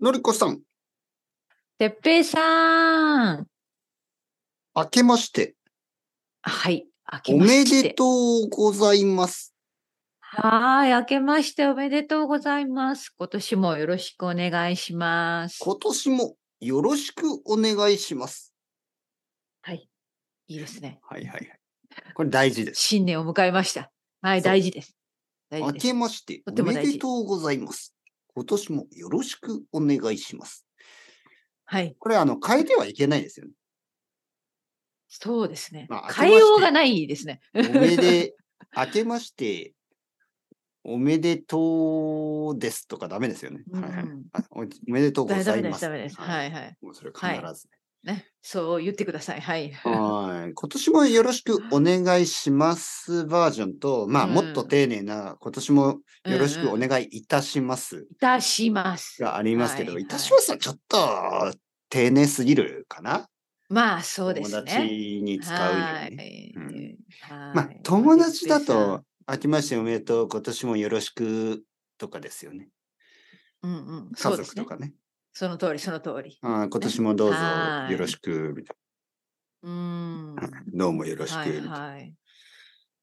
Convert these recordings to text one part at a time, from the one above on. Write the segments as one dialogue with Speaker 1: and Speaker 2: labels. Speaker 1: のりこさん、
Speaker 2: てっぺいさん。
Speaker 1: 明けまして、
Speaker 2: はい。明け
Speaker 1: お
Speaker 2: ま
Speaker 1: め
Speaker 2: して。
Speaker 1: でとうございます。
Speaker 2: はーい。明けましておめでとうございます。今年もよろしくお願いします。
Speaker 1: 今年もよろしくお願いします。
Speaker 2: はい。いいですね。
Speaker 1: はいはいはい。これ大事です。
Speaker 2: 新年を迎えました。はい。
Speaker 1: そう
Speaker 2: 大事です。大
Speaker 1: 明
Speaker 2: 事です。
Speaker 1: けまして
Speaker 2: とて
Speaker 1: お
Speaker 2: も
Speaker 1: め
Speaker 2: 大事
Speaker 1: でとうございます。今年もよろしくお願いします。
Speaker 2: はい。
Speaker 1: これ、あの、変えてはいけないですよね。
Speaker 2: そうですね
Speaker 1: まあ明。けまして
Speaker 2: 変えようがないですね。
Speaker 1: おめ で、明けまして、おめでとうですとかダメですよね。はいはい
Speaker 2: うん
Speaker 1: あおおめでとうご
Speaker 2: だ
Speaker 1: ざ
Speaker 2: ダ
Speaker 1: い
Speaker 2: メで。
Speaker 1: ますす。
Speaker 2: ダメです。はいはい。
Speaker 1: もうそれ必
Speaker 2: はい
Speaker 1: ずね。
Speaker 2: ね。そう言ってください。はい。
Speaker 1: はい。今年もよろしくお願いしますバージョンと、まあ、
Speaker 2: うん
Speaker 1: もっと丁寧な、今年もよろしくお
Speaker 2: うんうん
Speaker 1: 願いいたします
Speaker 2: いたします。
Speaker 1: がありますけど、
Speaker 2: はいい
Speaker 1: たしますはちょっと丁寧すぎるかな。
Speaker 2: まあそうです
Speaker 1: 友
Speaker 2: ね。
Speaker 1: 達に使うにはね。
Speaker 2: はい
Speaker 1: まあ
Speaker 2: はい、
Speaker 1: 友達だ
Speaker 2: 哲平さん
Speaker 1: と、明けましておめでとう、今年もよろしくとかですよね。
Speaker 2: うんうん、そ
Speaker 1: 家
Speaker 2: う
Speaker 1: 族
Speaker 2: ですね
Speaker 1: と。かね。
Speaker 2: その通り、その通り。
Speaker 1: あー今年もどうぞ
Speaker 2: はい
Speaker 1: よろしく、みたいう
Speaker 2: ーん。
Speaker 1: な。どうもよろしく、
Speaker 2: は
Speaker 1: みたい
Speaker 2: い
Speaker 1: な。
Speaker 2: はい。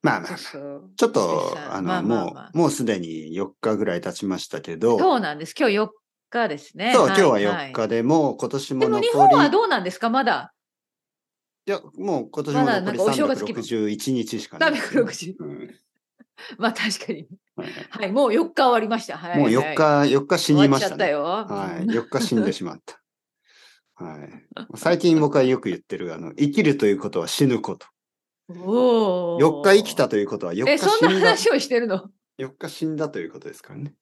Speaker 1: まあまあ
Speaker 2: そう そう
Speaker 1: ちょっ
Speaker 2: 哲
Speaker 1: と、
Speaker 2: 平さん
Speaker 1: あの、
Speaker 2: まあまあまあ
Speaker 1: もう、もうすでに4日ぐらい経ちましたけど、
Speaker 2: そうなんです。今日4日ですね。
Speaker 1: そう、
Speaker 2: い
Speaker 1: 今日は4
Speaker 2: い
Speaker 1: 日で、もう今年も
Speaker 2: で
Speaker 1: 残
Speaker 2: も
Speaker 1: り、
Speaker 2: 日本はどうなんですかまだ
Speaker 1: いや、もう今年も
Speaker 2: まだ
Speaker 1: 残
Speaker 2: なん
Speaker 1: り
Speaker 2: かお正月気分
Speaker 1: 361日しかないですよ。
Speaker 2: 360。
Speaker 1: うん
Speaker 2: まあ確かに。
Speaker 1: はいはい
Speaker 2: はい、もう4日終わりました。はい、
Speaker 1: もう4
Speaker 2: はい、
Speaker 1: 日、4日死にましたね。
Speaker 2: 終わっちゃった
Speaker 1: は
Speaker 2: よ。
Speaker 1: い、
Speaker 2: うん
Speaker 1: 4日死んでしまった。 はい、最近僕はよく言ってる、あの、生きるということは死ぬこと。
Speaker 2: お
Speaker 1: 4
Speaker 2: ー
Speaker 1: 日生きたということは4
Speaker 2: え、
Speaker 1: 日
Speaker 2: そん
Speaker 1: 死
Speaker 2: なん
Speaker 1: だ。
Speaker 2: 話をしてるの
Speaker 1: 4日死んだということですからね。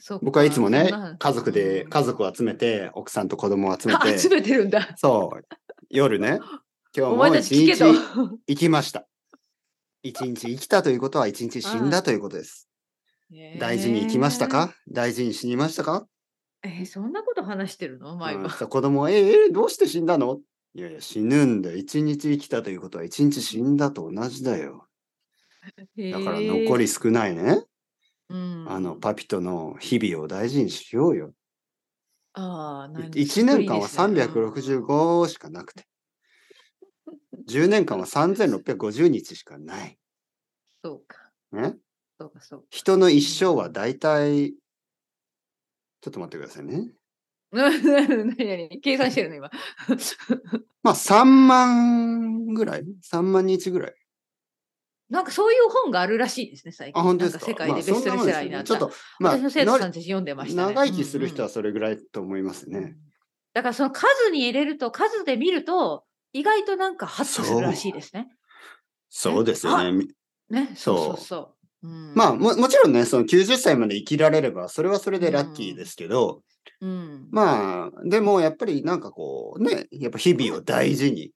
Speaker 2: そっか
Speaker 1: 僕はいつもね
Speaker 2: そんな、
Speaker 1: 家族で、
Speaker 2: うん
Speaker 1: 家族を集めて、奥さんと子供を集め
Speaker 2: あ
Speaker 1: て
Speaker 2: 集、めてるんだ。
Speaker 1: そう、夜ね、今日
Speaker 2: お
Speaker 1: も
Speaker 2: 前た
Speaker 1: 一
Speaker 2: ち聞け
Speaker 1: 日
Speaker 2: と。
Speaker 1: 生きました。一日生きたということは一日死んだということです。大事に生きましたか大事に死にましたか、
Speaker 2: えーそんなこと話してるの毎
Speaker 1: うん
Speaker 2: 晩。
Speaker 1: さ子供は、えええどうして死んだのいやいや、死ぬんだよ。一日生きたということは一日死んだと同じだよ。だから残り少ないね。
Speaker 2: えー、うん、
Speaker 1: あの、パピとの日々を大事にしようよ。
Speaker 2: あー、
Speaker 1: い1年間は
Speaker 2: 365
Speaker 1: 365しかなくて。10年間は3650日しかない。
Speaker 2: そうか。
Speaker 1: ね、
Speaker 2: そうか、そう
Speaker 1: 人の一生は大体、ちょっと待ってくださいね。
Speaker 2: か。何何計算してるの今。
Speaker 1: まあ3万ぐらい ?3 万日ぐらい。
Speaker 2: なんかそういう本があるらしいですね、最近。
Speaker 1: あ、本当ですか
Speaker 2: なん世界でベスト
Speaker 1: まあ
Speaker 2: ベ
Speaker 1: そんなもん
Speaker 2: ストラー
Speaker 1: です
Speaker 2: に
Speaker 1: よ
Speaker 2: な
Speaker 1: ね
Speaker 2: った。
Speaker 1: ちょっと、まあ、
Speaker 2: 私の生徒さん
Speaker 1: の
Speaker 2: たち読んでました、ね。
Speaker 1: 長生きする人は
Speaker 2: そ
Speaker 1: それぐらいと思いますね。
Speaker 2: だからその数に入れると、数で見ると、意外となんかハッとするらしいですね。
Speaker 1: そうですよね。み
Speaker 2: ね、そうそう
Speaker 1: そう
Speaker 2: そう。うん
Speaker 1: まあも、もちろんね、その90歳まで生きられれば、それはそれでラッキーですけど、
Speaker 2: うん、
Speaker 1: まあ、でもやっぱりなんかこう、ね、やっぱ日々を大事に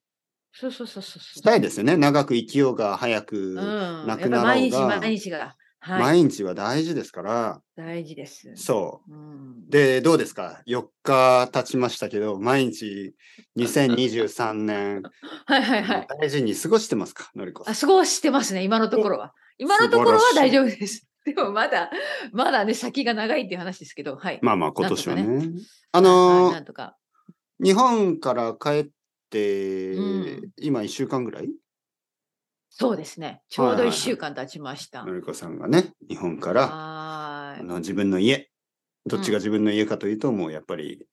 Speaker 2: そうそうそうそうそう。
Speaker 1: したいですよね。長く生きようが早く、
Speaker 2: うん、
Speaker 1: な
Speaker 2: や
Speaker 1: くなろ
Speaker 2: っ
Speaker 1: うが
Speaker 2: ぱ毎日毎日が、はい、
Speaker 1: 毎日は大事ですから、
Speaker 2: 大事です。
Speaker 1: そう。
Speaker 2: うん、
Speaker 1: で、どうですか ?4 日経ちましたけど、毎日2023年、
Speaker 2: はいはいはい。
Speaker 1: 大事に過ごしてますかのりこさ
Speaker 2: あ、
Speaker 1: ん。
Speaker 2: 過ごしてますね、今のところは。今のところは
Speaker 1: 素晴らし
Speaker 2: 大
Speaker 1: い
Speaker 2: 丈夫です。 でもまだ、まだね、先が長いっていう話ですけど、はい。
Speaker 1: まあまあ、今年はね。
Speaker 2: な
Speaker 1: あの
Speaker 2: は
Speaker 1: ー
Speaker 2: いなんとか。
Speaker 1: 日本から帰って、
Speaker 2: うん
Speaker 1: 今1週間ぐらい
Speaker 2: そうですね。ちょう
Speaker 1: はいは
Speaker 2: ど
Speaker 1: い
Speaker 2: 1
Speaker 1: はい
Speaker 2: 週間経ちました。
Speaker 1: のりこさんがね、日本から、
Speaker 2: は
Speaker 1: あ
Speaker 2: ーい。
Speaker 1: の自分の家。どっちが
Speaker 2: うん
Speaker 1: 自分の家かというと、もうやっぱり、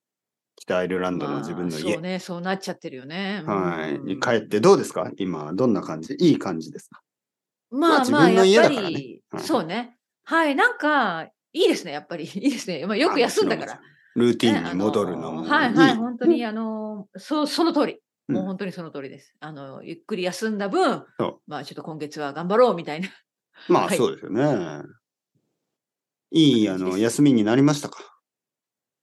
Speaker 1: 北アイルランドの自分の
Speaker 2: まあ
Speaker 1: 家。
Speaker 2: そうね、そうなっちゃってるよね。
Speaker 1: はい。
Speaker 2: うん
Speaker 1: に帰ってどうですか今、どんな感じいい感じですかまあ
Speaker 2: まあ
Speaker 1: 自
Speaker 2: まあ、
Speaker 1: 分の家
Speaker 2: やっぱ
Speaker 1: だからね
Speaker 2: り、
Speaker 1: はい
Speaker 2: そうね。はい、なんか、いいですね、やっぱり。 いいですね。まあ、よく休んだから。。
Speaker 1: ルーティ
Speaker 2: ね
Speaker 1: ン
Speaker 2: あ
Speaker 1: に戻るのもいい。
Speaker 2: はいはい、本当に、あの、そう、その通り。
Speaker 1: うん
Speaker 2: もう本当にその通りです。あの、ゆっくり休んだ分
Speaker 1: そう、
Speaker 2: まあちょっと今月は頑張ろうみたいな。
Speaker 1: まあ、
Speaker 2: はい
Speaker 1: そうですよね。いい、あ
Speaker 2: 感じ
Speaker 1: の、
Speaker 2: です
Speaker 1: 休みになりましたか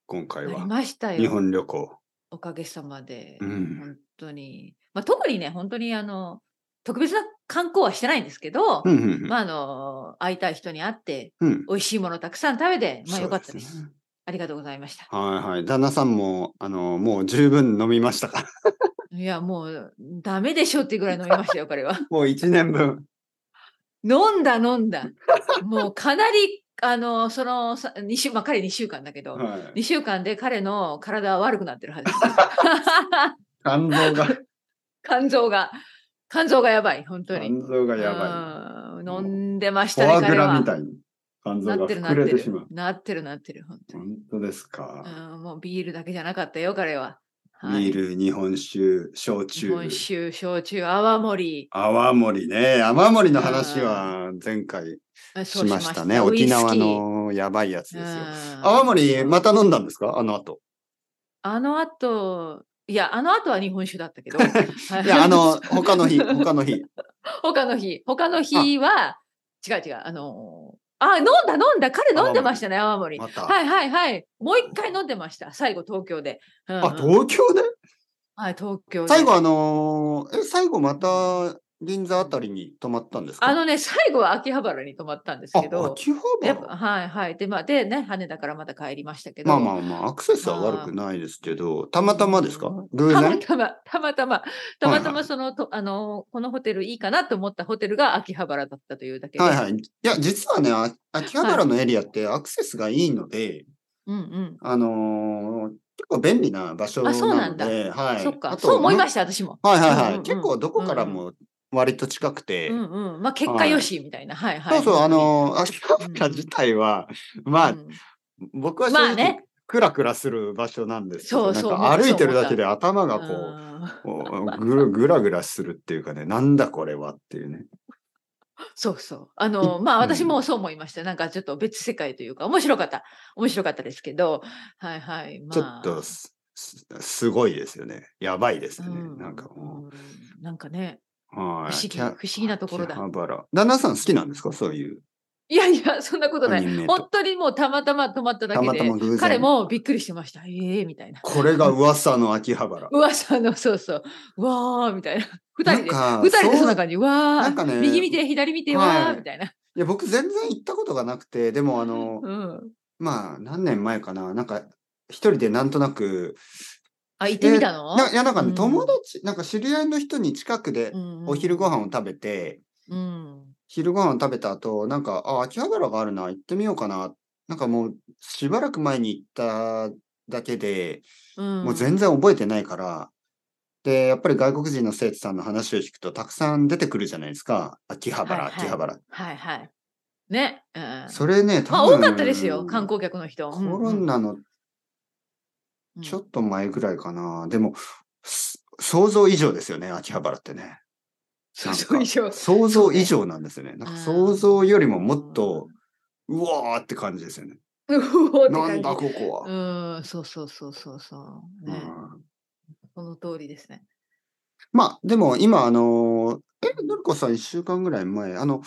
Speaker 1: 今回
Speaker 2: なり
Speaker 1: は。
Speaker 2: ました
Speaker 1: 日
Speaker 2: よ。
Speaker 1: 本旅行。
Speaker 2: おかげさまで。
Speaker 1: うん
Speaker 2: 本当に。まあ特にね、本当にあの、特別な観光はしてないんですけど、
Speaker 1: うん、うん、うん。
Speaker 2: まああの、会いたい人に会って、
Speaker 1: うん。
Speaker 2: 美味しいものたくさん食べて、まあよかった
Speaker 1: そう
Speaker 2: で。
Speaker 1: ですすね。
Speaker 2: ありがとうございました。
Speaker 1: はいはい。旦那さんも、あの、もう十分飲みましたか
Speaker 2: いや、もう、ダメでしょっていうぐらい飲みましたよ、これは。
Speaker 1: もう一年分。
Speaker 2: 飲んだ飲んだ。もうかなりあの、その、さ二週、まあ、彼2週間だけど、
Speaker 1: は
Speaker 2: 2
Speaker 1: い、
Speaker 2: 週間で彼の体は悪くなってるはずです。
Speaker 1: 肝臓が、
Speaker 2: 肝臓が、肝臓がやばい、本当に。
Speaker 1: 肝臓がやば
Speaker 2: うん飲んでまし
Speaker 1: い。フ
Speaker 2: た
Speaker 1: ォア
Speaker 2: ね、
Speaker 1: グ
Speaker 2: 彼
Speaker 1: ラ
Speaker 2: は
Speaker 1: み。たいに肝臓
Speaker 2: な
Speaker 1: が
Speaker 2: ってるなっ
Speaker 1: 膨れ
Speaker 2: て
Speaker 1: て
Speaker 2: る
Speaker 1: しまう。。
Speaker 2: なってるなってる、本当に。
Speaker 1: 本当ですか。
Speaker 2: うんもうビールだけじゃなかったよ、彼は。はい
Speaker 1: ビール、日本酒、焼
Speaker 2: 日
Speaker 1: 酎。
Speaker 2: 本酒、焼酎、泡盛、
Speaker 1: 泡盛ね。泡盛の話は前回
Speaker 2: あ
Speaker 1: し
Speaker 2: そう
Speaker 1: ましたね。
Speaker 2: ウイ
Speaker 1: 沖
Speaker 2: スキー
Speaker 1: 縄のやばいやつですよ。
Speaker 2: うん
Speaker 1: 泡盛、また飲んだんですかあの後。
Speaker 2: あの後、いや、あの後は日本酒だったけど、はい
Speaker 1: い や、あの、他の日、他 の日。
Speaker 2: 他の日、他の日は、違う違う、あのーあ、飲んだ飲んだ、彼飲んでましたね、泡盛。
Speaker 1: また。
Speaker 2: はいはいはい。もう一回飲んでました、最後、東京で。うんうん
Speaker 1: あ、東京で
Speaker 2: はい、東京で。
Speaker 1: 最後あのーえ、最後また銀座あたりに泊まったんですか
Speaker 2: あのね、最後は秋葉原に泊まったんです
Speaker 1: あ
Speaker 2: けど、
Speaker 1: 秋葉
Speaker 2: や
Speaker 1: 原
Speaker 2: っぱはいはい。で、まあ、でね、羽田からまた帰りましたけど、
Speaker 1: まあまあまあ、アクセスは悪くないですけど、たまたまですか偶
Speaker 2: たま
Speaker 1: 然
Speaker 2: たま、たまたま、たまた
Speaker 1: はいは
Speaker 2: ま
Speaker 1: い
Speaker 2: その、とあのー、このホテルいいかなと思ったホテルが秋葉原だったというだけで。
Speaker 1: はいはい。いや、実はね、あ秋葉原のエリアってアクセスがいいので、
Speaker 2: うんうん。
Speaker 1: あのー結構便利な場所な
Speaker 2: あ
Speaker 1: ので、
Speaker 2: そうなんだ
Speaker 1: はい。
Speaker 2: そっか、
Speaker 1: あと
Speaker 2: そう思いま
Speaker 1: し
Speaker 2: した、私も。
Speaker 1: はいはいはい、
Speaker 2: うんうん
Speaker 1: 結構どこからも割と近くて、
Speaker 2: うんうん。まあ、結果よし、みたいな。はいはい。
Speaker 1: そうそう、あ
Speaker 2: 本
Speaker 1: のー秋葉原自体は、まあ
Speaker 2: 当、に、うん
Speaker 1: 僕は正直、
Speaker 2: まあね、
Speaker 1: クラクラする場所なんですけど
Speaker 2: そうそう
Speaker 1: なんか歩いてる
Speaker 2: そう思った
Speaker 1: だけで頭がこう、
Speaker 2: う
Speaker 1: こうぐぐらぐらするっていうかね、なんだこれはっていうね。
Speaker 2: んそうそう。あの、まあ、
Speaker 1: うん
Speaker 2: 私もそう思いました。なんかちょっと別世界というか、面白かった。面白かったですけど、はいはい。まあ、
Speaker 1: ちょっとす、すすごいですよね。やばいですよね。
Speaker 2: うん
Speaker 1: なんかも
Speaker 2: うんなんかね、
Speaker 1: う。はい。
Speaker 2: 不思議、
Speaker 1: キャ
Speaker 2: 不思議なところだ
Speaker 1: 秋。葉原。旦那さん好きなんですかそういう
Speaker 2: いやいや、そんなこと
Speaker 1: ア
Speaker 2: な
Speaker 1: ニ
Speaker 2: い。
Speaker 1: メとか
Speaker 2: 本当にもうたまたま泊まっただ
Speaker 1: た
Speaker 2: けで、
Speaker 1: またま偶然。
Speaker 2: 彼もびっくりしてました。ええみたいな。
Speaker 1: これが噂の秋葉 原。
Speaker 2: 噂の、そうそう。うわあみたいな。 二人で、
Speaker 1: なんか
Speaker 2: 二人でそんな
Speaker 1: そう
Speaker 2: 感じ。うわ
Speaker 1: な
Speaker 2: あ
Speaker 1: んかね
Speaker 2: 右見て、左見て、
Speaker 1: はい
Speaker 2: わあみたいな。
Speaker 1: いや、僕全然行ったことがなくて、でもあの、
Speaker 2: うん。
Speaker 1: まあ、何年前かな、なんか、一人でなんとなく、
Speaker 2: あ、行ってみたの
Speaker 1: ないや、なんか
Speaker 2: う
Speaker 1: ね、
Speaker 2: ん
Speaker 1: 友達、なんか知り合いの人に近くでお昼ご
Speaker 2: 飯。
Speaker 1: 飯を食べて、
Speaker 2: うん。
Speaker 1: 昼ご飯を食べた後、なんか、あ、秋葉原があるな、行ってみようかな。なんかもう、しばらく前に行っただけで、も
Speaker 2: も
Speaker 1: う全然覚えてないから、で、やっぱり外国人の生徒さんの話を聞くと、たくさん出てくるじゃないですか。秋葉原、
Speaker 2: はいはい
Speaker 1: 秋葉原。
Speaker 2: はいはい。ね。うん、
Speaker 1: それね、
Speaker 2: まあ
Speaker 1: 多分
Speaker 2: 多かったですよ、観光客の人。
Speaker 1: コロナの
Speaker 2: うん
Speaker 1: ちょっと前ぐらいかな。でも、す想像以上ですよね、秋葉原ってね。
Speaker 2: そうそう以 上。
Speaker 1: 想像以上なんですよね。なんか想像よりももっと、うわーって感じですよね。
Speaker 2: うおーって
Speaker 1: な
Speaker 2: 感
Speaker 1: ん
Speaker 2: じ
Speaker 1: だここは。
Speaker 2: うん、そうそうそうそうそう。ね、
Speaker 1: うん
Speaker 2: その通りですね。
Speaker 1: まあ、でも今、あのー、え、のりこさん一週間ぐらい前、あの、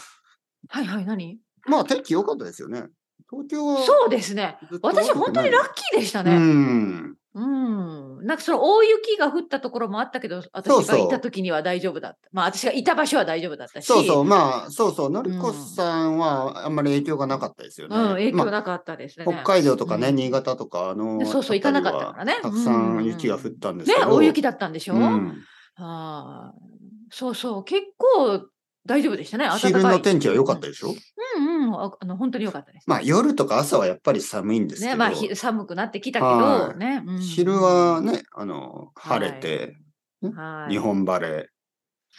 Speaker 2: はいはい、何
Speaker 1: まあ天気良かったですよね。東京は。
Speaker 2: そうですね。
Speaker 1: ずっと悪くない
Speaker 2: 私、本当にラッキーでした
Speaker 1: う
Speaker 2: ね。
Speaker 1: ん。
Speaker 2: うん。なんかその大雪が降ったところもあったけど、私
Speaker 1: そう
Speaker 2: が
Speaker 1: そう
Speaker 2: いた時には大丈夫だった。まあ、私がいた場所は大丈夫だったし。。
Speaker 1: そうそうう、まあ、そうそう、のりこさんはあんまり影響がなかったですよね。
Speaker 2: ん、影
Speaker 1: まあ
Speaker 2: 響なかったですね。
Speaker 1: 北海道とかね、
Speaker 2: うん
Speaker 1: 新潟とか、あの、
Speaker 2: そうそ
Speaker 1: あ
Speaker 2: う
Speaker 1: りは
Speaker 2: 行かなかったからね
Speaker 1: たくさ
Speaker 2: うん
Speaker 1: ん雪が降ったんです
Speaker 2: ね
Speaker 1: けど。、
Speaker 2: 大雪だったんでしょ、
Speaker 1: うん
Speaker 2: ああ、そうそう、結構大丈夫でしたね。暖
Speaker 1: 昼
Speaker 2: かい。
Speaker 1: の天気は良かったでしょ
Speaker 2: うんうん、ああの本当に良かったです。
Speaker 1: まあ夜とか朝はやっぱり寒いんですけど、
Speaker 2: ね、まあひ寒くなってきたけ
Speaker 1: は
Speaker 2: ど、
Speaker 1: い
Speaker 2: ね、うん
Speaker 1: 昼は、ね、あの、晴れて、
Speaker 2: はい
Speaker 1: 日、本晴れ。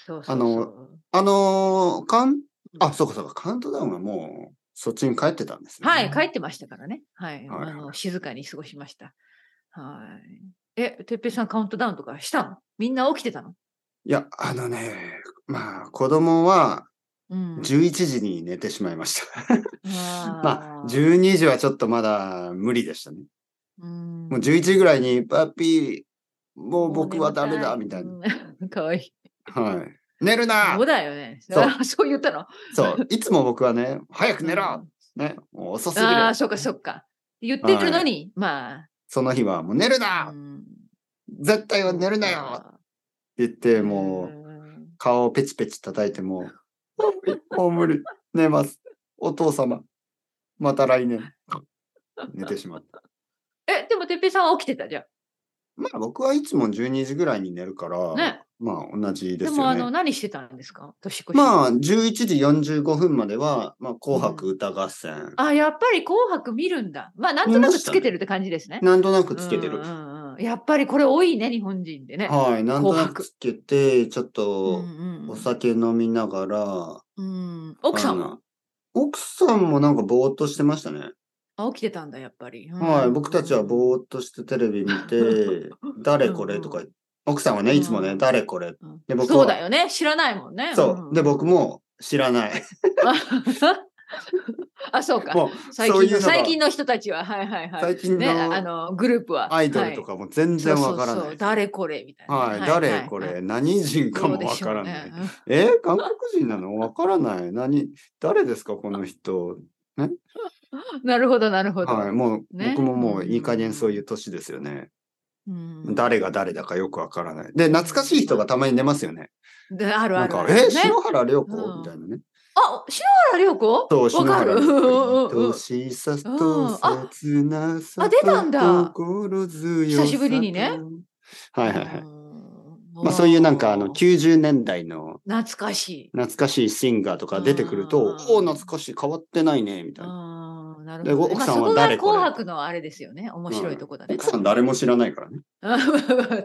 Speaker 2: そうそうそう
Speaker 1: あの、あのー、カン、あ、そうかそうか、カウントダウンはもう、そっちに帰ってたんですね。
Speaker 2: はい、帰ってましたからね。はい、
Speaker 1: はいはい
Speaker 2: あの静かに過ごしました。はい。え、てっぺいさんカウントダウンとかしたのみんな起きてたの
Speaker 1: いや、あのね、まあ子供は
Speaker 2: うん。
Speaker 1: 11時に寝てしまいました。 まあ
Speaker 2: ま
Speaker 1: 12時はちょっとまだ無理でしたね。
Speaker 2: うん
Speaker 1: もう11時ぐらいに、パピー、もう
Speaker 2: もう
Speaker 1: 僕は
Speaker 2: 眠た
Speaker 1: ダメだ、みたいな。。
Speaker 2: うんかわいい。
Speaker 1: はい。寝るな
Speaker 2: そうだよね。
Speaker 1: そう
Speaker 2: そう言ったの。
Speaker 1: そう。いつも僕はね、早く寝ろね、もう遅すぎる。
Speaker 2: ああ、そっかそっか。言ってるのに、ま
Speaker 1: その日は、もう寝る
Speaker 2: あ。
Speaker 1: な
Speaker 2: うん
Speaker 1: 絶対は寝るなよって言って、もう、
Speaker 2: うん
Speaker 1: 顔をペチペチ叩いて、もう、もう無理、寝ます。お父様、また来年。寝てしまった。
Speaker 2: え、でも、てっぺいさんは起きてたじゃん。
Speaker 1: まあ僕はいつも12時ぐらいに寝るから、
Speaker 2: ね。
Speaker 1: まあ、同じで
Speaker 2: ですも、
Speaker 1: よ
Speaker 2: あ
Speaker 1: ね。
Speaker 2: の、何してたんですか年越し。
Speaker 1: まあ、11時45分までは、まあ、紅白歌合戦。
Speaker 2: あ、やっぱり紅白見るんだ。まあ、なんとなくつけてるって感じですね。
Speaker 1: なんとなくつけてる。
Speaker 2: うんうんうんやっぱりこれ多いね、日本人でね。
Speaker 1: はい、なんとな
Speaker 2: 紅
Speaker 1: く
Speaker 2: 白
Speaker 1: つけて、ちょっ
Speaker 2: うんう
Speaker 1: と、
Speaker 2: ん
Speaker 1: お酒飲みながら、
Speaker 2: うん、奥さん
Speaker 1: あ
Speaker 2: は
Speaker 1: の奥さんもなんかぼーっとしてましたね。
Speaker 2: あ起きてたんだ、やっぱり。うん
Speaker 1: はい、僕たちはぼーっとしてテレビ見 て、誰これとか、奥さんはね、いつも
Speaker 2: う
Speaker 1: ね、
Speaker 2: ん
Speaker 1: 誰これ。
Speaker 2: うん
Speaker 1: で僕は
Speaker 2: そうだよね。知らないもんね。
Speaker 1: そう。で、
Speaker 2: も。
Speaker 1: 僕も知らない。
Speaker 2: あ、そうか。
Speaker 1: もう、
Speaker 2: 最
Speaker 1: そうい
Speaker 2: 近
Speaker 1: うの
Speaker 2: の
Speaker 1: が
Speaker 2: 最近の人たちは、はいはいはい。
Speaker 1: 最近
Speaker 2: ね、あ
Speaker 1: の
Speaker 2: の、グループは。
Speaker 1: アイドルと
Speaker 2: は
Speaker 1: かも全
Speaker 2: い
Speaker 1: 然わから
Speaker 2: そ
Speaker 1: な
Speaker 2: うそうそう
Speaker 1: い。
Speaker 2: 誰これみたいな。
Speaker 1: はい、誰これ、何人かもわからない。
Speaker 2: そうでしょうね
Speaker 1: えー韓国人なのわからない。何誰ですかこの人。
Speaker 2: うんなるほど、なるほど。
Speaker 1: はい、もう、
Speaker 2: ね
Speaker 1: 僕ももういい加減そういう年ですよね。
Speaker 2: うん
Speaker 1: 誰が誰だかよくわからない。で、懐かしい人がたまに出ますよね。
Speaker 2: である
Speaker 1: な
Speaker 2: あ
Speaker 1: ん
Speaker 2: るあ
Speaker 1: か、
Speaker 2: る。
Speaker 1: えー、
Speaker 2: ね
Speaker 1: 篠原涼子
Speaker 2: うん
Speaker 1: みたいなね。
Speaker 2: あ、篠原涼子
Speaker 1: そう、
Speaker 2: わ
Speaker 1: 篠
Speaker 2: か
Speaker 1: 原
Speaker 2: る。
Speaker 1: 涼
Speaker 2: うんうんう
Speaker 1: 子。
Speaker 2: ん
Speaker 1: 年さと切なさ
Speaker 2: ああ出たんだ
Speaker 1: と心強さと
Speaker 2: 久しぶりにね。
Speaker 1: はいはいはい。
Speaker 2: うん
Speaker 1: まあそういうなんかあ
Speaker 2: う
Speaker 1: の90年代の
Speaker 2: 懐かしい。
Speaker 1: 懐かしいシンガーとか出てくると、
Speaker 2: うん
Speaker 1: おお、懐かしい、変わってないね、みたいな。
Speaker 2: あーなる
Speaker 1: で
Speaker 2: ほど。
Speaker 1: 奥
Speaker 2: まあ
Speaker 1: さん
Speaker 2: そ
Speaker 1: は
Speaker 2: こが
Speaker 1: 誰これ
Speaker 2: 紅白のあれですよね。面白いとこだね。
Speaker 1: 奥さん誰も知らないからね。
Speaker 2: あ 確かに。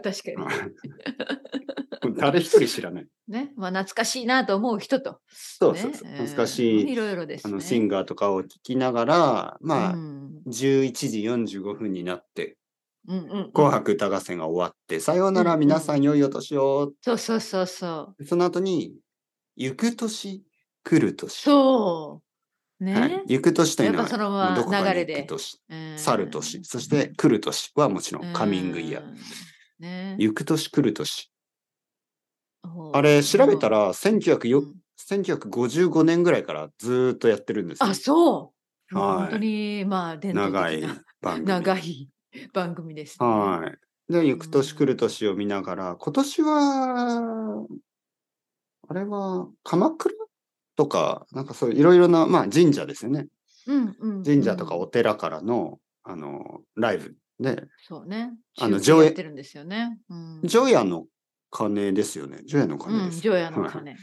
Speaker 1: 誰一人知らない。
Speaker 2: ね。まあ懐かしいなと思う人と。
Speaker 1: そう
Speaker 2: ね
Speaker 1: そうそう。
Speaker 2: えー
Speaker 1: 懐かし
Speaker 2: い
Speaker 1: い、
Speaker 2: ろいろです
Speaker 1: あ
Speaker 2: ね。
Speaker 1: の、シンガーとかを聞きながら、まあ
Speaker 2: う、ん
Speaker 1: 11時45分になって、
Speaker 2: うんうんうん
Speaker 1: 紅白歌合戦が終わって、さような
Speaker 2: うん
Speaker 1: ら
Speaker 2: うん
Speaker 1: 皆さん良いお年を。
Speaker 2: そうそうそうそう。
Speaker 1: その後に、行く年、来る年。
Speaker 2: そう。
Speaker 1: はい
Speaker 2: ね。
Speaker 1: 行く年というの
Speaker 2: やっ
Speaker 1: は、
Speaker 2: ぱそのまま
Speaker 1: もうどこかに
Speaker 2: 流れで
Speaker 1: 行く年、
Speaker 2: うん
Speaker 1: 去る年、そして来る年はもちろんカミングイヤー。。
Speaker 2: うんね。
Speaker 1: 行く年来る年。
Speaker 2: ほう
Speaker 1: あれ、調べた、ら、
Speaker 2: う
Speaker 1: 1904
Speaker 2: ん
Speaker 1: 1955年ぐらいからずーっとやってるんですよ
Speaker 2: あ、そう。
Speaker 1: はい
Speaker 2: 本当に、まあ、伝統
Speaker 1: 長
Speaker 2: 的
Speaker 1: い
Speaker 2: な
Speaker 1: 番組。
Speaker 2: 長い番組です、ね。
Speaker 1: はい。で、行く年来る年を見ながら、今年は、あれは、鎌倉とか、なんかそういういろいろな、まあ神社ですよね。
Speaker 2: うんうん、
Speaker 1: 神社とか
Speaker 2: うん
Speaker 1: お寺からの、あの、ライブで、
Speaker 2: そうね。
Speaker 1: あの
Speaker 2: 中継
Speaker 1: 上映
Speaker 2: やってるんですよね。うん、
Speaker 1: ジョヤの鐘ですよね。ジョヤの鐘
Speaker 2: うん、
Speaker 1: です。
Speaker 2: 上夜の
Speaker 1: はい。
Speaker 2: 鐘。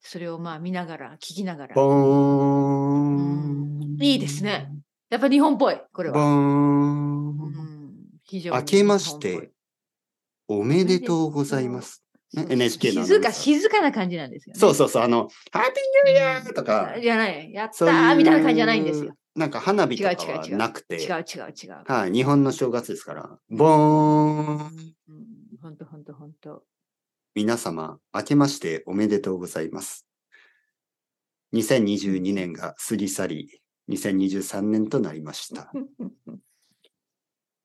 Speaker 2: それをまあ見ながら、聞きながら。
Speaker 1: ボーン。
Speaker 2: いいですね。やっぱ日本っぽい、これ
Speaker 1: ボー
Speaker 2: は。う
Speaker 1: ン。
Speaker 2: ん、非常に
Speaker 1: 明けまし
Speaker 2: 日本ってぽい、
Speaker 1: おめでとうございます。ね
Speaker 2: そうそう
Speaker 1: NHK のアナウンサ
Speaker 2: 静
Speaker 1: ー
Speaker 2: か、静かな感じなんですよね。
Speaker 1: そうそうそう、あの、ハッピーニューイヤーとか、
Speaker 2: じゃない、やった
Speaker 1: そうい
Speaker 2: ー
Speaker 1: う
Speaker 2: みたいな感じじゃないんですよ。。
Speaker 1: なんか花火とか
Speaker 2: 違う違う
Speaker 1: は
Speaker 2: 違う
Speaker 1: なくて、
Speaker 2: 違う違う違う。
Speaker 1: はい、日本の正月ですから、ボーン
Speaker 2: うん、ほんとほんとほんと。
Speaker 1: 皆様、明けましておめでとうございます。2022年が過ぎ去り、2023年となりました。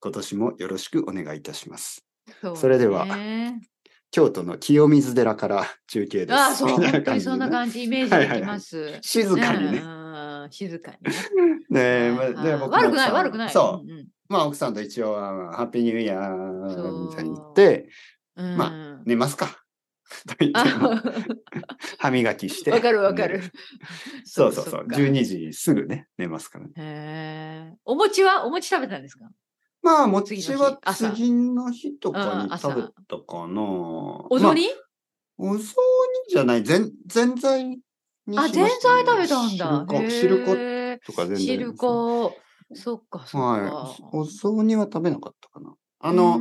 Speaker 1: 今年もよろしくお願いいたします。
Speaker 2: そうね
Speaker 1: それでは京都の清水寺から中継です。
Speaker 2: ああ、そう、
Speaker 1: みたいな
Speaker 2: 本当
Speaker 1: 感
Speaker 2: に
Speaker 1: じで
Speaker 2: そんな
Speaker 1: ね
Speaker 2: 感じ、イメージできます。
Speaker 1: 静かにね。
Speaker 2: ね。静かにね。
Speaker 1: ねえ、
Speaker 2: はい
Speaker 1: まあで
Speaker 2: はい
Speaker 1: 僕も
Speaker 2: 悪く
Speaker 1: 奥
Speaker 2: な
Speaker 1: さ
Speaker 2: い、
Speaker 1: ん
Speaker 2: 悪くない。
Speaker 1: そう
Speaker 2: う。ん
Speaker 1: まあ、奥さんと一応、あのハッピーニューイヤーみたいに言
Speaker 2: そう
Speaker 1: って、
Speaker 2: うん。
Speaker 1: ま
Speaker 2: あ
Speaker 1: 寝ますか と言って、歯磨きして。
Speaker 2: わかるわかる
Speaker 1: ね。。そうそう
Speaker 2: か
Speaker 1: そう。12時すぐね、寝ますからね。
Speaker 2: へえ。お餅は、お餅食べたんですか
Speaker 1: まあ、
Speaker 2: 次の日
Speaker 1: 餅は
Speaker 2: 朝
Speaker 1: 次の日とか
Speaker 2: うん
Speaker 1: に
Speaker 2: 朝
Speaker 1: 食べたかな。
Speaker 2: お雑煮、
Speaker 1: まあお雑煮じゃない、ぜんぜんざいにし
Speaker 2: あ、
Speaker 1: ましたね
Speaker 2: 前菜食べたんだ。
Speaker 1: 汁粉汁
Speaker 2: へえ
Speaker 1: 粉とか全然。
Speaker 2: 汁。粉。そっか、そっか。
Speaker 1: はい。お雑煮は食べなかったかな。あ
Speaker 2: うー
Speaker 1: の、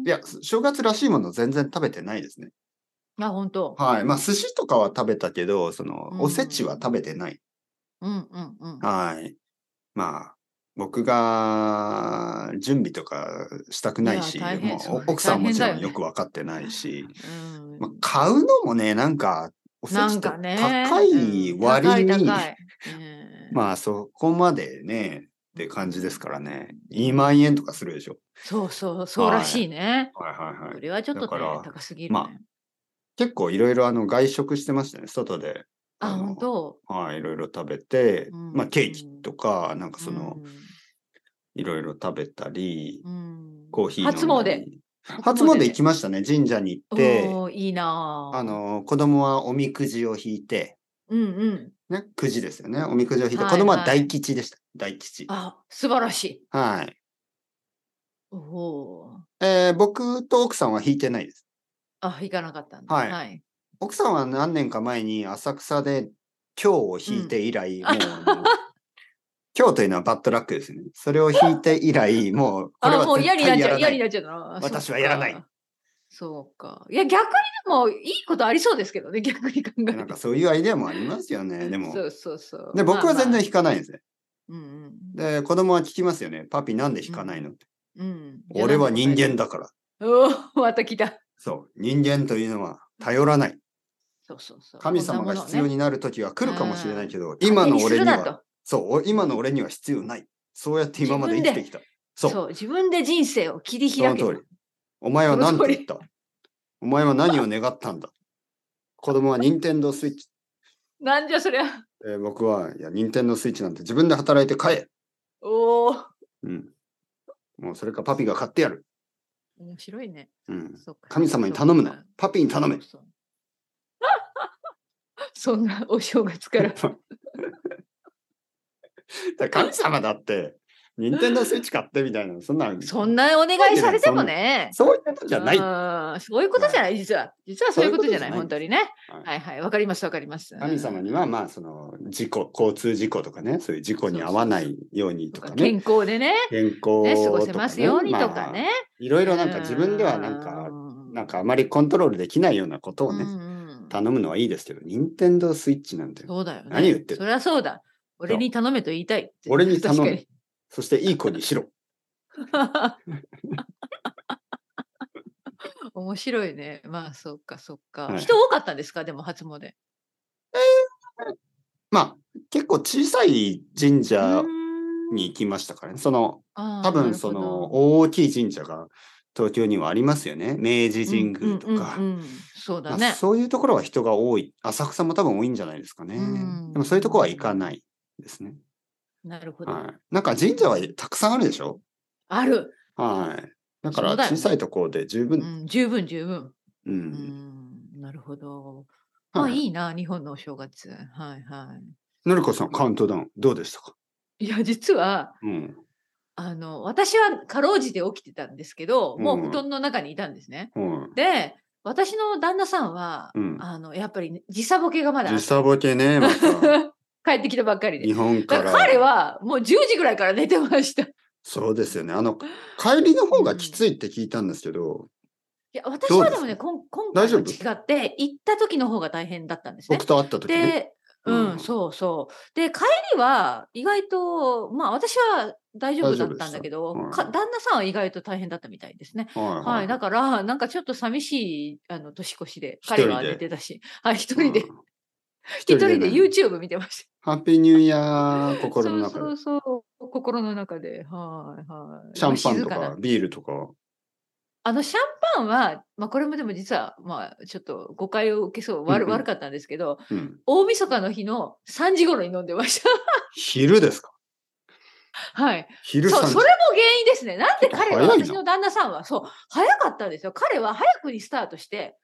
Speaker 2: ん
Speaker 1: いや、正月らしいもの全然食べてないですね。
Speaker 2: あ、本当。
Speaker 1: はい。まあ、寿司とかは食べたけど、その
Speaker 2: う、ん
Speaker 1: おせちは食べてない。
Speaker 2: うんうんうん。
Speaker 1: はい。まあ、僕が準備とかしたくないし、
Speaker 2: いや大変
Speaker 1: もう
Speaker 2: そう
Speaker 1: お奥さんもちろ
Speaker 2: 大
Speaker 1: ん
Speaker 2: 変だよね
Speaker 1: よくわかってないし、
Speaker 2: うん
Speaker 1: まあ、買うのもね、なんか、おせ
Speaker 2: な
Speaker 1: ち
Speaker 2: ん
Speaker 1: と
Speaker 2: かね。
Speaker 1: 高い割に、
Speaker 2: うん高い高いうん
Speaker 1: まあ、そこまでね、って感じですからね。2万円とかするでしょ。
Speaker 2: そうそう、そうらしいね。
Speaker 1: はいはいは
Speaker 2: そ
Speaker 1: い。
Speaker 2: れはちょっとね
Speaker 1: だから
Speaker 2: 高すぎるね。
Speaker 1: ま結構いろいろあの外食してましたね、外で。
Speaker 2: あ、
Speaker 1: あの
Speaker 2: 本当。
Speaker 1: はい、いろいろ食べて、
Speaker 2: うん
Speaker 1: まあケーキとか、なんかその、
Speaker 2: う
Speaker 1: いろいろ食べたり、
Speaker 2: ん、うん
Speaker 1: コーヒー
Speaker 2: 初
Speaker 1: 飲んだ
Speaker 2: 詣。
Speaker 1: り初詣行きましたね、神社に行って、
Speaker 2: おーいいなぁ
Speaker 1: あ、の、子供はおみくじを引いて、
Speaker 2: うんうん。
Speaker 1: ね、くじですよね。おみくじを引いて、
Speaker 2: はい
Speaker 1: 子供は
Speaker 2: はい
Speaker 1: 大吉でした。大吉。
Speaker 2: あ、素晴らしい。
Speaker 1: はい。
Speaker 2: おお。
Speaker 1: えー僕と奥さんは引いてないです。
Speaker 2: あ、行かなかったんだ。
Speaker 1: はい
Speaker 2: はい。
Speaker 1: 奥さんは何年か前に浅草で今日を弾いて以来、もうあの、今日というのはバッドラックですね。それを弾いて以来、もう、これ
Speaker 2: あ、
Speaker 1: は
Speaker 2: もう
Speaker 1: 絶
Speaker 2: 嫌
Speaker 1: 対
Speaker 2: になっちゃ
Speaker 1: やら
Speaker 2: う、嫌
Speaker 1: な
Speaker 2: に
Speaker 1: い
Speaker 2: なっちゃうな。
Speaker 1: 私はやらない
Speaker 2: そっか。そうか。いや、逆にでも、いいことありそうですけどね、 逆に考え
Speaker 1: なん
Speaker 2: る
Speaker 1: かそういうアイデアもありますよ ね。でも
Speaker 2: そ、うそうそう。
Speaker 1: で僕は全
Speaker 2: まあま
Speaker 1: 然
Speaker 2: あ
Speaker 1: 弾かないんですね。
Speaker 2: うん
Speaker 1: で、子供は聞きますよね。パピなんで弾かないのって。
Speaker 2: うん。うん。
Speaker 1: 俺は人
Speaker 2: じゃあ
Speaker 1: 間だから。
Speaker 2: なんでもない。おお、 また来た。
Speaker 1: そう。人間というのは頼らない。
Speaker 2: そうそうそう。
Speaker 1: 神様が必要
Speaker 2: に
Speaker 1: になる時は来るかもしれないけど、今の俺には、。そう、お今の俺には必要ない。そうやって今まで生きてきた。そ
Speaker 2: そ
Speaker 1: うう。
Speaker 2: そう、自分で人生を切り
Speaker 1: そ
Speaker 2: 開
Speaker 1: の
Speaker 2: け
Speaker 1: 通り。お前は何て言ったお前は何を願ったんだ子供は任天堂スイッチ。
Speaker 2: なんじゃそりゃ。
Speaker 1: えー僕は、いや、任天堂スイッチなんて自分で働いて買え。
Speaker 2: おお。
Speaker 1: うん。もうそれかパピが買ってやる。
Speaker 2: 面白いね。
Speaker 1: うん。
Speaker 2: そうか
Speaker 1: 神様に頼む
Speaker 2: そ
Speaker 1: な
Speaker 2: うか。
Speaker 1: パピに頼 め。
Speaker 2: そうそうそんなお正月 から。
Speaker 1: だから神様だって、任天堂スイッチ買ってみたいな、そんなん、
Speaker 2: そんなお願いされてもね。
Speaker 1: そういうことじゃない。
Speaker 2: い。そういうことじゃない、実は。実はそういうことじゃない、
Speaker 1: そういう
Speaker 2: 本
Speaker 1: こと
Speaker 2: 当
Speaker 1: じ
Speaker 2: にね。
Speaker 1: はい
Speaker 2: はいはい、わかります、わかります。
Speaker 1: 神様には、まあ、その、事故、交通事故とかね、そういう事故に遭わないようにと
Speaker 2: と
Speaker 1: か
Speaker 2: か
Speaker 1: ね
Speaker 2: 健。康でね
Speaker 1: 健康とか、
Speaker 2: ね、
Speaker 1: ね、
Speaker 2: 過ごせますようにとか
Speaker 1: まあ
Speaker 2: ね。
Speaker 1: いろいろなんか自分ではなんか、なんかあまりコントロールできないようなこと
Speaker 2: う
Speaker 1: を
Speaker 2: ん、
Speaker 1: ね、
Speaker 2: うんうん
Speaker 1: 頼むのはいいですけど、任天堂スイッチなんて、
Speaker 2: そうだよね。
Speaker 1: 何言ってる
Speaker 2: そりゃそうだ。俺に頼めと言いたい。
Speaker 1: 俺に頼む
Speaker 2: 確
Speaker 1: そしていい子にしろ。
Speaker 2: かに 面白いね。まあ、そっか、そっか。
Speaker 1: はい
Speaker 2: 人多かったんですかでも、初詣。
Speaker 1: まあ、結構小さい神社
Speaker 2: うーん
Speaker 1: に行きましたからね。その、
Speaker 2: あー
Speaker 1: 多
Speaker 2: な
Speaker 1: 分
Speaker 2: るほ
Speaker 1: そ
Speaker 2: ど
Speaker 1: の、大きい神社が東京にはありますよね。明治神宮とか
Speaker 2: うん。うんうんそうだ
Speaker 1: まあ
Speaker 2: ね。
Speaker 1: そういうところは人が多い。浅草も多分多いんじゃないですかね。
Speaker 2: うん
Speaker 1: でもそういうところは行かないですね。
Speaker 2: なるほど。
Speaker 1: はい。なんか神社はたくさんあるでしょ
Speaker 2: ある、
Speaker 1: はい。だか
Speaker 2: そう
Speaker 1: ら
Speaker 2: だよね
Speaker 1: 小さいところで十
Speaker 2: う
Speaker 1: 分。
Speaker 2: ん。十分、十分。
Speaker 1: う。
Speaker 2: うんん、なるほど。ま
Speaker 1: は
Speaker 2: あ、
Speaker 1: い
Speaker 2: いいな、日本のお正月。はいは
Speaker 1: のりこさん、カウントダウン、どうでしたか
Speaker 2: い。いや、実は、
Speaker 1: うん。
Speaker 2: あの、私はかろうじて起きてたんですけど、もう
Speaker 1: うん
Speaker 2: 布団の中にいたんですね。
Speaker 1: うん。
Speaker 2: で、私の旦那さんは、
Speaker 1: うん
Speaker 2: あの、やっぱりね時差ボケがまだあっ
Speaker 1: 時
Speaker 2: て
Speaker 1: 差ボケ ね、また。
Speaker 2: 帰ってきたばっかり
Speaker 1: 日
Speaker 2: で。
Speaker 1: 本か。
Speaker 2: だからら彼はもう10時ぐらいから寝てました。い
Speaker 1: そうですよね。あの、帰りの方がきついって聞いたんですけど、
Speaker 2: や、私はでも
Speaker 1: どうです
Speaker 2: ね、こん今
Speaker 1: 大
Speaker 2: 回
Speaker 1: 丈
Speaker 2: と
Speaker 1: 夫
Speaker 2: 違って、行った時の方が大変だったんですね
Speaker 1: 僕。と会った時ね。
Speaker 2: で、うん、
Speaker 1: うん
Speaker 2: そうそう。で、帰りは意外と、まあ私は大丈夫だったんだけど、
Speaker 1: 大丈夫でした
Speaker 2: か旦那さんは意外と大変だったみたいですね。
Speaker 1: は
Speaker 2: はい、だから、なんかちょっと寂しいあの年越しで、
Speaker 1: 一人で
Speaker 2: 彼は寝てたし、はい、一人で、
Speaker 1: うん
Speaker 2: 一
Speaker 1: 一人
Speaker 2: 人
Speaker 1: で
Speaker 2: で
Speaker 1: ね
Speaker 2: YouTube 見てまし
Speaker 1: ハッピーニューイヤー、
Speaker 2: た。
Speaker 1: 心
Speaker 2: そ
Speaker 1: の
Speaker 2: う
Speaker 1: 中
Speaker 2: そ
Speaker 1: で。
Speaker 2: うそう、心の中で、はいはい。
Speaker 1: シャンパンと
Speaker 2: まあ静
Speaker 1: か
Speaker 2: な
Speaker 1: ビールとか。
Speaker 2: あの、シャンパンは、まあこれもでも実は、まあちょっと誤解を受けそう、悪,、
Speaker 1: うんうん
Speaker 2: 悪かったんですけど、
Speaker 1: うん。
Speaker 2: 大晦日の日の3時頃に飲んでました。
Speaker 1: 昼ですか
Speaker 2: はい。
Speaker 1: 昼
Speaker 2: そう、
Speaker 1: 3時
Speaker 2: それも原因ですね。なんで彼は、
Speaker 1: 早いな
Speaker 2: 私の旦那さんは、そう、早かったんですよ。彼は早くにスタートして、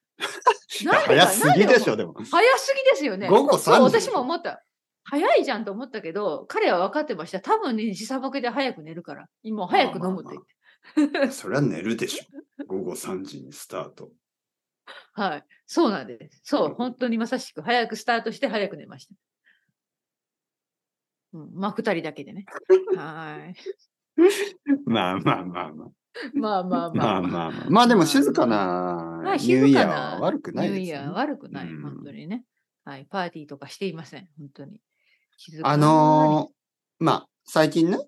Speaker 1: いや早すぎでしょ、
Speaker 2: ょ
Speaker 1: でも。
Speaker 2: 早すぎですよね。
Speaker 1: 午後3時
Speaker 2: そう
Speaker 1: で
Speaker 2: 私
Speaker 1: しょ
Speaker 2: も思った。早いじゃんと思ったけど、彼は分かってました。多分ね、時差ボケで早く寝るから、今早く飲むって言って。
Speaker 1: そりゃ寝るでしょ。午後3時にスタート。
Speaker 2: はい。そうなんです。そうう、
Speaker 1: ん
Speaker 2: 本当にまさしく、早くスタートして早く寝ました。うん、まあ、二人だけ でね。はーい。
Speaker 1: まあまあまあまあ。
Speaker 2: まあまあ ま
Speaker 1: ま
Speaker 2: あ
Speaker 1: あ
Speaker 2: まあ。
Speaker 1: まあまあ。まあでも静かな
Speaker 2: まあ
Speaker 1: ニューイヤ
Speaker 2: 静か
Speaker 1: ー
Speaker 2: な
Speaker 1: は悪くない
Speaker 2: ニュー
Speaker 1: で
Speaker 2: イ
Speaker 1: す
Speaker 2: ヤー
Speaker 1: よね。
Speaker 2: 悪くない、
Speaker 1: うん
Speaker 2: 本当にね。はい、パーティーとかしていません、本当に。静かな
Speaker 1: あのーまあ最近ね、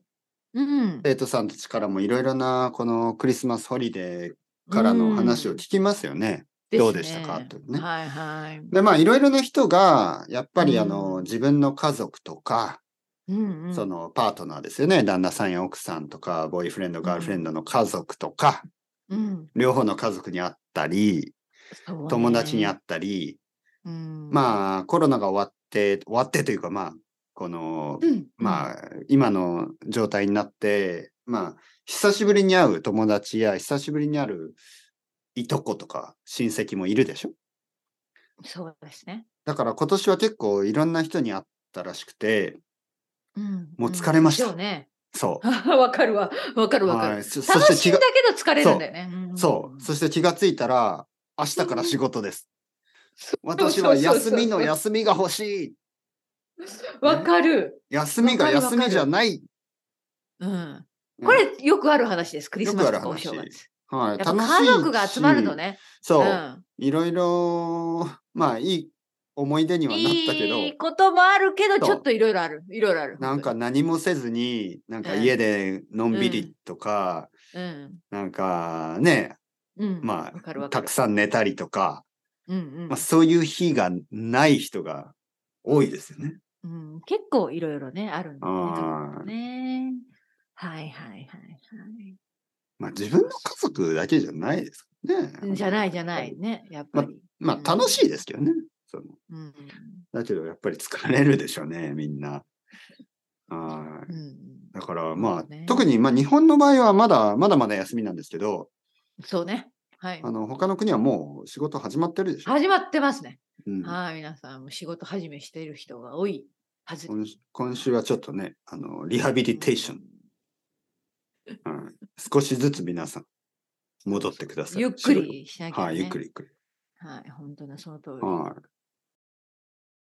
Speaker 2: うん、
Speaker 1: 生徒さんたちからもいろいろなこのクリスマスホリデーからの話を聞きますよね。
Speaker 2: うん
Speaker 1: どうでしたか
Speaker 2: です
Speaker 1: というね
Speaker 2: はいはい。
Speaker 1: でまあいろいろな人がやっぱりあ
Speaker 2: うん
Speaker 1: の自分の家族とか、
Speaker 2: うんうん、
Speaker 1: そのパートナーですよね旦那さんや奥さんとかボーイフレンドガールフレンドの家族とか、
Speaker 2: うん、
Speaker 1: 両方の家族に会ったり
Speaker 2: そうね
Speaker 1: 友達に会っ、たり、
Speaker 2: うん、あ、
Speaker 1: まあコロナが終わって終わってというかまあこの
Speaker 2: うん、
Speaker 1: ま
Speaker 2: あ、
Speaker 1: あ、今の状態になって、まあ、久しぶりに会う友達や、久しぶりに会ういとことか親戚もいるでしょ
Speaker 2: そうですね。
Speaker 1: だから今年は結構いろんな人に会ったらしくて、
Speaker 2: うん、
Speaker 1: もう疲れました
Speaker 2: うんでょうね。
Speaker 1: そ
Speaker 2: わかるわ、わかる
Speaker 1: う。
Speaker 2: わかる。
Speaker 1: はい、そそ
Speaker 2: 楽
Speaker 1: し
Speaker 2: してい
Speaker 1: 気
Speaker 2: んだ
Speaker 1: が、
Speaker 2: けど疲れるんだよね。んん
Speaker 1: そう。そして気がついたら、明日から仕事です。
Speaker 2: そう
Speaker 1: 私は休み
Speaker 2: そうそうそう
Speaker 1: の休みが欲しい。
Speaker 2: わかる。
Speaker 1: 休みが休みじゃない。
Speaker 2: うん。これ、よくある話です。クリスマスと
Speaker 1: よく
Speaker 2: か
Speaker 1: あ
Speaker 2: お
Speaker 1: る話
Speaker 2: 正月。
Speaker 1: はい、
Speaker 2: やっぱ
Speaker 1: 楽しい
Speaker 2: 家族が集まるの
Speaker 1: ね。
Speaker 2: ね。
Speaker 1: そう、
Speaker 2: ん。
Speaker 1: いろいろ、まあいい思い出にはなったけど、
Speaker 2: いいこともあるけ
Speaker 1: そ
Speaker 2: ど、
Speaker 1: う
Speaker 2: ちょっといろいろある。いろいろある。
Speaker 1: なんか何もせずに、なんか
Speaker 2: うん
Speaker 1: 家でのんびりとか、
Speaker 2: うん。
Speaker 1: なんかね、
Speaker 2: うん。
Speaker 1: まあ
Speaker 2: わかるわか
Speaker 1: た
Speaker 2: る
Speaker 1: く。さん寝たりとか、
Speaker 2: うんうん
Speaker 1: まあ、そういう日がない人が多いですよね。
Speaker 2: うん。結構いろいろね、あるんだ
Speaker 1: あー
Speaker 2: ね。はいはいはい
Speaker 1: まあ自分の家族だけじゃないですよ
Speaker 2: はい。
Speaker 1: ね。
Speaker 2: じゃないじゃないね、やっぱり。
Speaker 1: まあ楽しいですけどね。その
Speaker 2: うん
Speaker 1: だけどやっぱり疲れるでしょうね、みんな。は
Speaker 2: う
Speaker 1: い。
Speaker 2: ん。
Speaker 1: だからまあ、
Speaker 2: そうね
Speaker 1: 特にまあ日本の場合はまだまだまだ休みなんですけど、
Speaker 2: そうね。はい
Speaker 1: あ。の他の国はもう仕事始まってるでしょ。
Speaker 2: 始まってますね。
Speaker 1: うん
Speaker 2: はい、皆さん、もう仕事始めしている人が多いはず。
Speaker 1: 今週今週はちょっとね、あのリハビリテーション、うん少しずつ皆さん戻ってください。
Speaker 2: ゆっくりしなきゃ、ね。
Speaker 1: はい、ゆっくりゆっくり。
Speaker 2: はい、本当にその通り。
Speaker 1: はい。